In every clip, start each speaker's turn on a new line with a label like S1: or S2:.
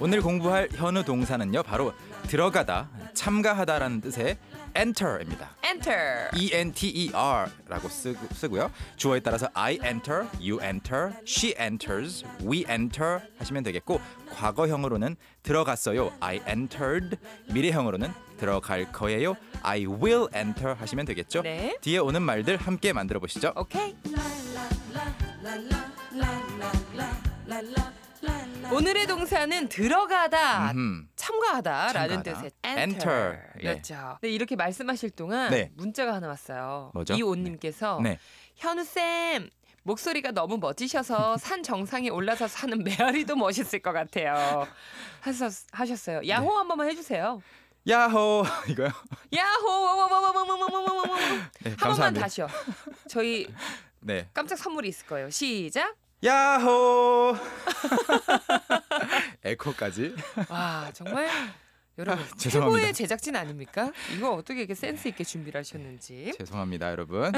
S1: 오늘 공부할 현우 동사는요 바로 들어가다 참가하다라는 뜻의 enter입니다.
S2: Enter.
S1: E N T E R라고 쓰고, 요 주어에 따라서 I enter, you enter, she enters, we enter 하시면 되겠고 과거형으로는 들어갔어요. I entered. 미래형으로는 들어갈 거예요. I will enter 하시면 되겠죠.
S2: 네.
S1: 뒤에 오는 말들 함께 만들어 보시죠.
S2: 오케이. 오늘의 동사는 들어가다,
S1: 음. 참가하다.
S2: 참가하다라는 뜻의
S1: enter. 예.
S2: enter였죠. 네, 이렇게 말씀하실 동안
S1: 네.
S2: 문자가 하나 왔어요.
S1: 뭐죠?
S2: 이온님께서
S1: 네.
S2: 현우 쌤 목소리가 너무 멋지셔서 산 정상에 올라서 사는 메아리도 멋있을 것 같아요. 하셨,
S1: 네.
S2: 하셨어요. 야호 한 번만 해주세요.
S1: 야호 이거요.
S2: 야호 워워워워워워워워워워워.
S1: 네,
S2: 한 번만
S1: 감사합니다.
S2: 다시요. 저희
S1: 네.
S2: 깜짝 선물이 있을 거예요. 시작.
S1: 야호. 에코까지.
S2: 와 정말 여러분
S1: 아, 죄송합니다.
S2: 최고의 제작진 아닙니까? 이거 어떻게 이렇게 센스 있게 준비를
S1: 네.
S2: 하셨는지
S1: 죄송합니다, 여러분.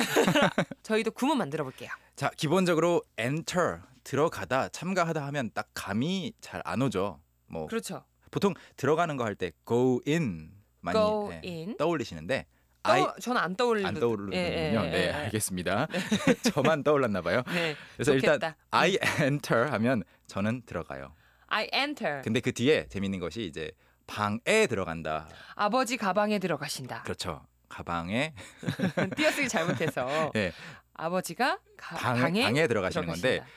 S2: 저희도 구문 만들어 볼게요.
S1: 자 기본적으로 enter 들어가다 참가하다 하면 딱 감이 잘 안 오죠. 뭐
S2: 그렇죠.
S1: 보통 들어가는 거 할 때 go in 많이
S2: Go
S1: 예,
S2: in.
S1: 떠올리시는데 I
S2: 떠, 저는 안 떠올리는
S1: 안 떠오르는군요. 네, 알겠습니다. 저만 떠올랐나 봐요.
S2: 네,
S1: 그래서 일단
S2: 좋겠다.
S1: I enter 하면 저는 들어가요.
S2: I enter.
S1: 근데 그 뒤에 재밌는 것이 이제 방에 들어간다.
S2: 아버지 가방에 들어가신다.
S1: 그렇죠. 가방에
S2: 띄어쓰기 잘못해서
S1: 예,
S2: 아버지가 가,
S1: 방,
S2: 방에,
S1: 방에, 들어가시는 건데
S2: 들어가신다.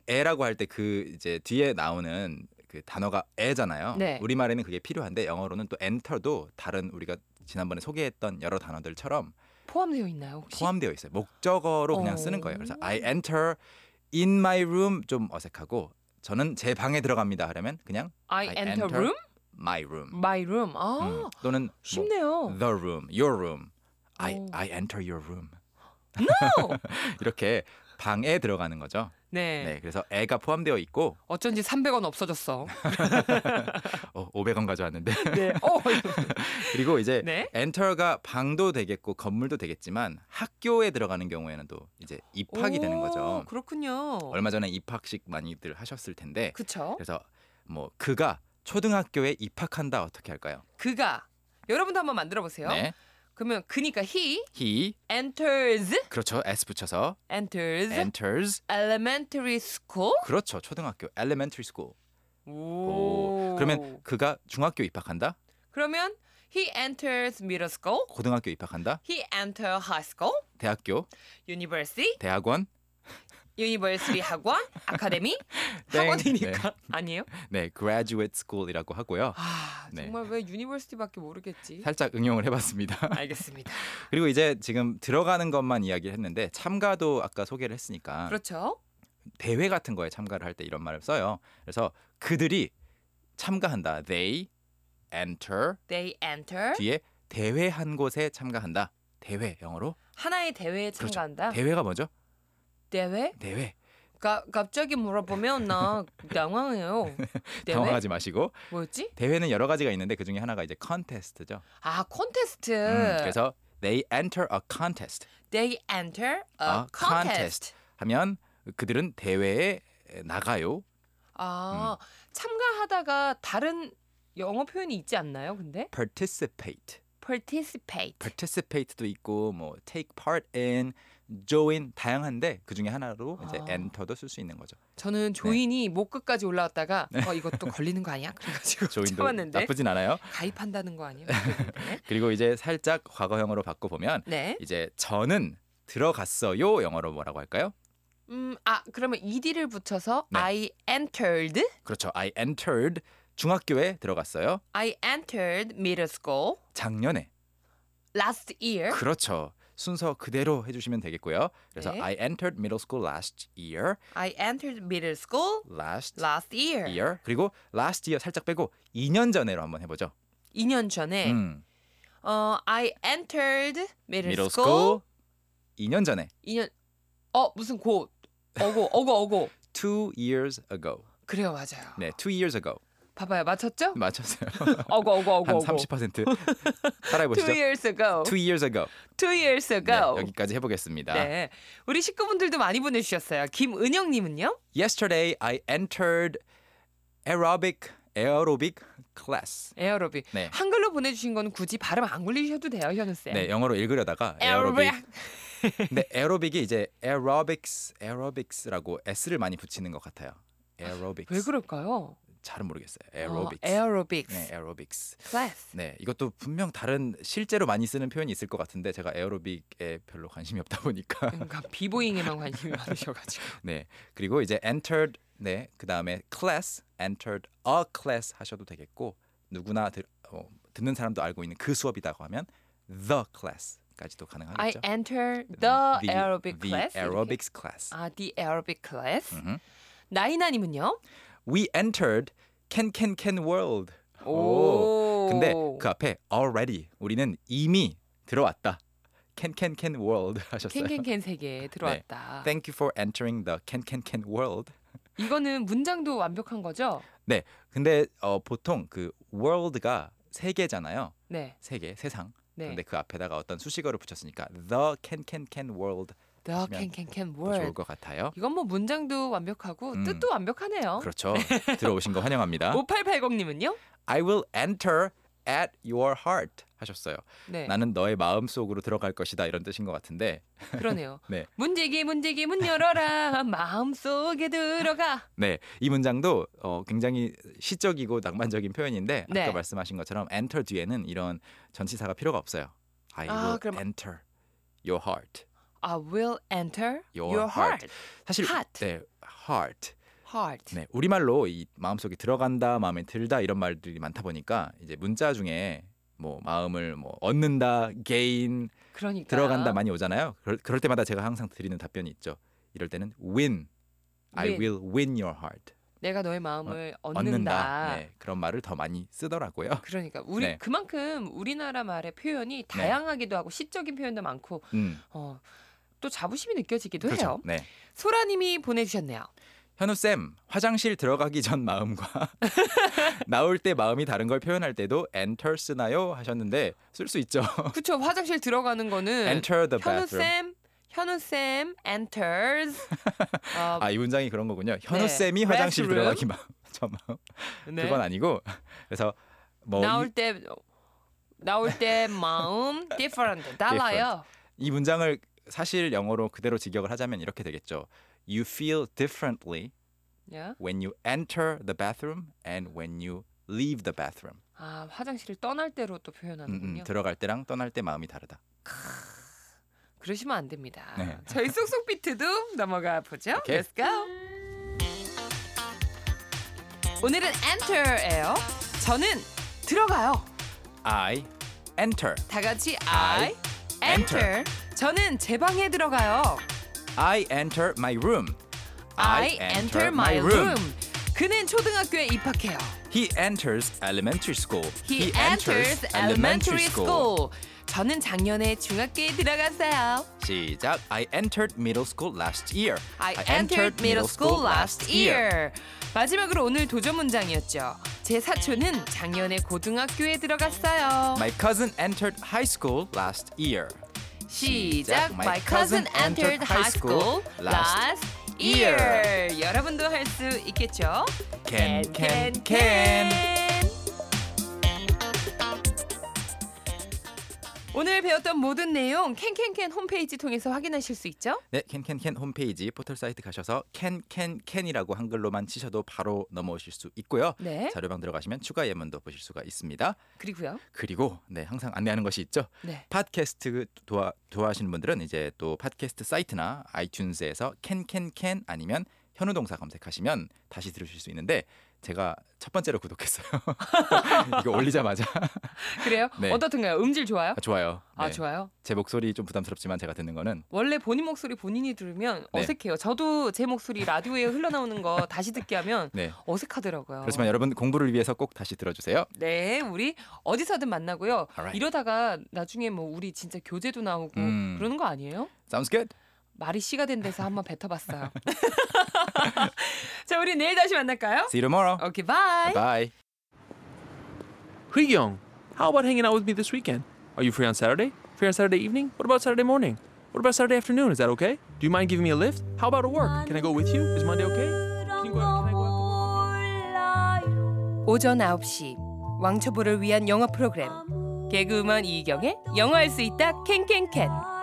S1: 방에라고 할 때 그 이제 뒤에 나오는 그 단어가 에잖아요.
S2: 네.
S1: 우리 말에는 그게 필요한데 영어로는 또 엔터도 다른 우리가 지난번에 소개했던 여러 단어들처럼
S2: 포함되어 있나요 혹시?
S1: 포함되어 있어요. 목적어로 그냥
S2: 어.
S1: 쓰는 거예요. 그래서 I enter in my room 좀 어색하고 저는 제 방에 들어갑니다 하려면 그냥
S2: I,
S1: I
S2: enter,
S1: enter
S2: room,
S1: my room
S2: my room. 아
S1: 음, 또는 뭐
S2: 쉽네요.
S1: the room, your room, I
S2: 오.
S1: I enter your room
S2: No.
S1: 이렇게 방에 들어가는 거죠.
S2: 네.
S1: 네, 그래서 애가 포함되어 있고
S2: 어쩐지 300원 없어졌어.
S1: 어, 500원 가져왔는데
S2: 네. 어.
S1: 그리고 이제
S2: 네.
S1: 엔터가 방도 되겠고 건물도 되겠지만 학교에 들어가는 경우에는 또 이제 입학이 되는 거죠.
S2: 오, 그렇군요.
S1: 얼마 전에 입학식 많이들 하셨을 텐데
S2: 그쵸?
S1: 그래서 뭐 그가 초등학교에 입학한다 어떻게 할까요?
S2: 그가 여러분도 한번 만들어 보세요.
S1: 네.
S2: 그러면 그니까 he
S1: He
S2: enters
S1: 그렇죠. S 붙여서
S2: enters
S1: enters
S2: elementary school.
S1: 그렇죠. 초등학교 elementary school.
S2: 오.
S1: 그러면 그가 중학교 입학한다?
S2: 그러면 he enters middle school.
S1: 고등학교 입학한다?
S2: He enter high school,
S1: 대학교,
S2: university,
S1: 대학원?
S2: university 학원, 아카데미
S1: 땡.
S2: 학원이니까 아니에요?
S1: 네, graduate school이라고 하고요.
S2: 아 네?
S1: 네.
S2: 정말 왜 university밖에 모르겠지?
S1: 살짝 응용을 해 봤습니다.
S2: 알겠습니다.
S1: 그리고 이제 지금 들어가는 것만 이야기를 했는데 참가도 아까 소개를 했으니까
S2: 그렇죠.
S1: 대회 같은 거에 참가를 할 때 이런 말을 써요. 그래서 그들이 참가한다. They enter
S2: They enter
S1: 뒤에 대회 한 곳에 참가한다. 대회 영어로
S2: 하나의 대회에
S1: 그렇죠.
S2: 참가한다.
S1: 대회가 뭐죠?
S2: 대회?
S1: 대회.
S2: 가, 갑자기 물어보면 나 당황해요.
S1: 네.
S2: 대회?
S1: 당황하지 마시고
S2: 뭐였지?
S1: 대회는 여러 가지가 있는데 그 중에 하나가 이제 컨테스트죠.
S2: 아 콘테스트.
S1: 음, 그래서 they enter a contest
S2: They enter a,
S1: 아,
S2: contest.
S1: contest. 하면 그들은 대회에 나가요. 음.
S2: 아 참가하다가 다른 영어 표현이 있지 않나요? 근데
S1: participate.
S2: participate.
S1: participate도 있고 뭐 take part in, join 다양한데 그 중에 하나로 이제
S2: 아.
S1: enter도 쓸 수 있는 거죠.
S2: 저는 조인이 목 끝까지 올라왔다가
S1: 네.
S2: 어 이것도 걸리는 거 아니야? 그래가지고
S1: 조인도
S2: 참았는데
S1: 나쁘진 않아요.
S2: 가입한다는 거 아니야?
S1: 그리고 이제 살짝 과거형으로 바꿔 보면
S2: 네.
S1: 이제 저는 들어갔어요 영어로 뭐라고 할까요?
S2: 음 아 그러면 ed를 붙여서
S1: 네.
S2: I entered.
S1: 그렇죠. I entered 중학교에 들어갔어요.
S2: I entered middle school
S1: 작년에.
S2: last year.
S1: 그렇죠. 순서 그대로 해주시면 되겠고요. 그래서
S2: 네.
S1: I entered middle school last year,
S2: I entered middle school
S1: last
S2: last year.
S1: year 그리고 last year 살짝 빼고 2년 전에로 한번 해보죠.
S2: 2년 전에
S1: 음.
S2: 어 I entered middle,
S1: middle school
S2: school.
S1: 2년 전에
S2: 2년 어 무슨 고 어고 어고 어고
S1: two years ago.
S2: 그래요 맞아요.
S1: 네, two years ago.
S2: 봐봐요. 맞췄죠?
S1: 맞췄어요.
S2: 어구 어구 어구
S1: 한
S2: 어구.
S1: 30% 따라해
S2: Two
S1: 보시죠.
S2: years ago.
S1: Two years ago.
S2: Two years
S1: 네,
S2: ago.
S1: 여기까지 해보겠습니다.
S2: 네. 우리 식구분들도 많이 보내주셨어요. 김은영님은요?
S1: Yesterday I entered aerobic aerobic class.
S2: 에어로빅.
S1: 네.
S2: 한글로 보내주신 건 굳이 발음 안 굴리셔도 돼요, 현우 쌤.
S1: 네, 영어로 읽으려다가
S2: 에어로빅.
S1: aerobic. 근데 aerobic이 이제 aerobics, aerobics라고 s를 많이 붙이는 것 같아요. aerobics.
S2: 왜 그럴까요?
S1: 잘은 모르겠어요. aerobics.
S2: 어, 에어로빅.
S1: 네, aerobics.
S2: 클래스.
S1: 네, 이것도 분명 다른 실제로 많이 쓰는 표현이 있을 것 같은데 제가 에어로빅에 별로 관심이 없다 보니까
S2: 그러니까 비보잉에만 관심이 많으셔가지고.
S1: 네 그리고 이제 entered 네 그 다음에 class entered a class 하셔도 되겠고 누구나 들, 어, 듣는 사람도 알고 있는 그 수업이라고 하면 the class까지도
S2: I
S1: 가능하겠죠.
S2: enter the, aerobic
S1: 음, the
S2: class. 이렇게.
S1: aerobics class.
S2: 아, the aerobic class.
S1: 음흠.
S2: 나이나님은요?
S1: We entered can can can world.
S2: 오.
S1: 근데 그 앞에 already 우리는 이미 들어왔다. can can can world 하셨어요. 네.
S2: 캔캔캔 세계에 들어왔다.
S1: Thank you for entering the can can can world.
S2: 이거는 문장도 완벽한 거죠?
S1: 네, 근데 어, 보통 그 world가 세계잖아요.
S2: 네.
S1: 세계, 세상.
S2: 네.
S1: 근데 그 앞에다가 어떤 수식어를 붙였으니까 the can can can world
S2: The
S1: 하시면
S2: 캔캔캔
S1: 더 좋을
S2: 월.
S1: 것 같아요.
S2: 이건 뭐 문장도 완벽하고
S1: 음.
S2: 뜻도 완벽하네요.
S1: 그렇죠. 들어오신 거 환영합니다.
S2: 5880님은요?
S1: I will enter at your heart 하셨어요.
S2: 네.
S1: 나는 너의 마음 속으로 들어갈 것이다 이런 뜻인 것 같은데.
S2: 그러네요.
S1: 네.
S2: 문제기 문제기 문 열어라 마음속에 들어가.
S1: 네, 이 문장도 어, 굉장히 시적이고 낭만적인 표현인데
S2: 네.
S1: 아까 말씀하신 것처럼 enter 뒤에는 이런 전치사가 필요가 없어요. I
S2: 아,
S1: will
S2: 그럼-
S1: enter your heart.
S2: I will enter
S1: Your
S2: your, heart.
S1: 사실
S2: Heart.
S1: 네, heart.
S2: heart.
S1: 네, 우리말로 이 마음속에 들어간다, 마음에 들다 이런 말들이 많다 보니까 이제 문자 중에 뭐 마음을 뭐 얻는다, gain,
S2: 그러니까
S1: 들어간다 많이 오잖아요. 그럴, 그럴 때마다 제가 항상 드리는 답변이 있죠. 이럴 때는 win. I
S2: Win.
S1: will win your heart.
S2: 내가 너의 마음을 얻는다.
S1: 어, 네, 그런 말을 더 많이 쓰더라고요.
S2: 그러니까 우리
S1: 네.
S2: 그만큼 우리나라 말의 표현이 다양하기도 하고 시적인 표현도 많고
S1: 음,
S2: 어, 또 자부심이 느껴지기도
S1: 그렇죠.
S2: 해요.
S1: 네.
S2: 소라님이 보내주셨네요.
S1: 현우 쌤, 화장실 들어가기 전 마음과 나올 때 마음이 다른 걸 표현할 때도 enter 쓰나요? 하셨는데 쓸 수 있죠.
S2: 그쵸 화장실 들어가는 거는
S1: 어. enter the
S2: 네. 현우
S1: bathroom.
S2: 쌤, 현우 쌤 enters. 어,
S1: 아 이 문장이 그런 거군요. 현우
S2: 네.
S1: 쌤이 화장실
S2: Restroom.
S1: 들어가기 마음, 저 마음
S2: 네.
S1: 그건 아니고 그래서 뭐
S2: 나올
S1: 이
S2: 때 나올 때 마음 different 달라요.
S1: 문장을 사실 영어로 그대로 직역을 하자면 이렇게 되겠죠. You feel differently
S2: 예?
S1: when you enter the bathroom and when you leave the bathroom.
S2: 아 화장실을 떠날 때로 또
S1: 음, 음,
S2: 표현하는군요.
S1: 들어갈 때랑 떠날 때 마음이 다르다.
S2: 그러시면 안 됩니다.
S1: 네.
S2: 저희 쏙쏙 비트도 넘어가 보죠.
S1: 오케이.
S2: Let's go. 오늘은 enter예요. 저는 들어가요.
S1: I enter.
S2: 다 같이
S1: I
S2: I, enter. 저는 제 방에 들어가요.
S1: I enter my room.
S2: I, enter my room. 그는 초등학교에 입학해요.
S1: He enters elementary school.
S2: He enters elementary school. 저는 작년에 중학교에 들어갔어요.
S1: 시작. I entered middle school last year.
S2: I entered middle school last year. 마지막으로 오늘 도전 문장이었죠. 제 사촌은 작년에 고등학교에 들어갔어요.
S1: My cousin entered high school last year.
S2: 시작. My cousin entered high school last year. 여러분도 할 수 있겠죠?
S1: Can can
S2: 캔,
S1: can.
S2: 캔. 오늘 배웠던 모든 내용 캔캔캔 홈페이지 통해서 확인하실 수 있죠?
S1: 네, 캔캔캔 홈페이지 포털 사이트 가셔서 캔캔캔이라고 한글로만 치셔도 바로 넘어오실 수 있고요.
S2: 네.
S1: 자료방 들어가시면 추가 예문도 보실 수가 있습니다.
S2: 그리고요.
S1: 그리고 네, 항상 안내하는 것이 있죠.
S2: 네.
S1: 팟캐스트 도와, 좋아하시는 분들은 이제 또 팟캐스트 사이트나 아이튠즈에서 캔캔캔 아니면 현우 동사 검색하시면 다시 들으실 수 있는데 제가 첫 번째로 구독했어요. 이거 올리자마자
S2: 그래요?
S1: 네.
S2: 어떻든가요? 음질 좋아요?
S1: 아, 좋아요.
S2: 아
S1: 네.
S2: 좋아요.
S1: 제 목소리 좀 부담스럽지만 제가 듣는 거는
S2: 원래 본인 목소리 본인이 들으면
S1: 네.
S2: 어색해요. 저도 제 목소리 라디오에 흘러나오는 거 다시 듣게 하면
S1: 네.
S2: 어색하더라고요.
S1: 그렇지만 여러분 공부를 위해서 꼭 다시 들어주세요.
S2: 네, 우리 어디서든 만나고요.
S1: Alright.
S2: 이러다가 나중에 뭐 우리 진짜 교재도 나오고
S1: 음.
S2: 그러는 거 아니에요?
S1: Sounds good?
S2: 말이 씨가 된 데서 한번 뱉어봤어요. 자, 우리 내일 다시 만날까요?
S1: See you tomorrow.
S2: 어. 오케이, 바이.
S1: Bye.
S3: Young, how about hanging out with me this weekend? Are you free on Saturday? Free on Saturday evening? What about Saturday morning? What about Saturday afternoon? Is that okay? Do you mind giving me a lift? How about at work? Can I go with you? Is Monday okay? Can you go out? Can I go out?
S2: 오전 9시 왕초보를 위한 영어 프로그램 개그우먼 이경의 영어할 수 있다 캔캔캔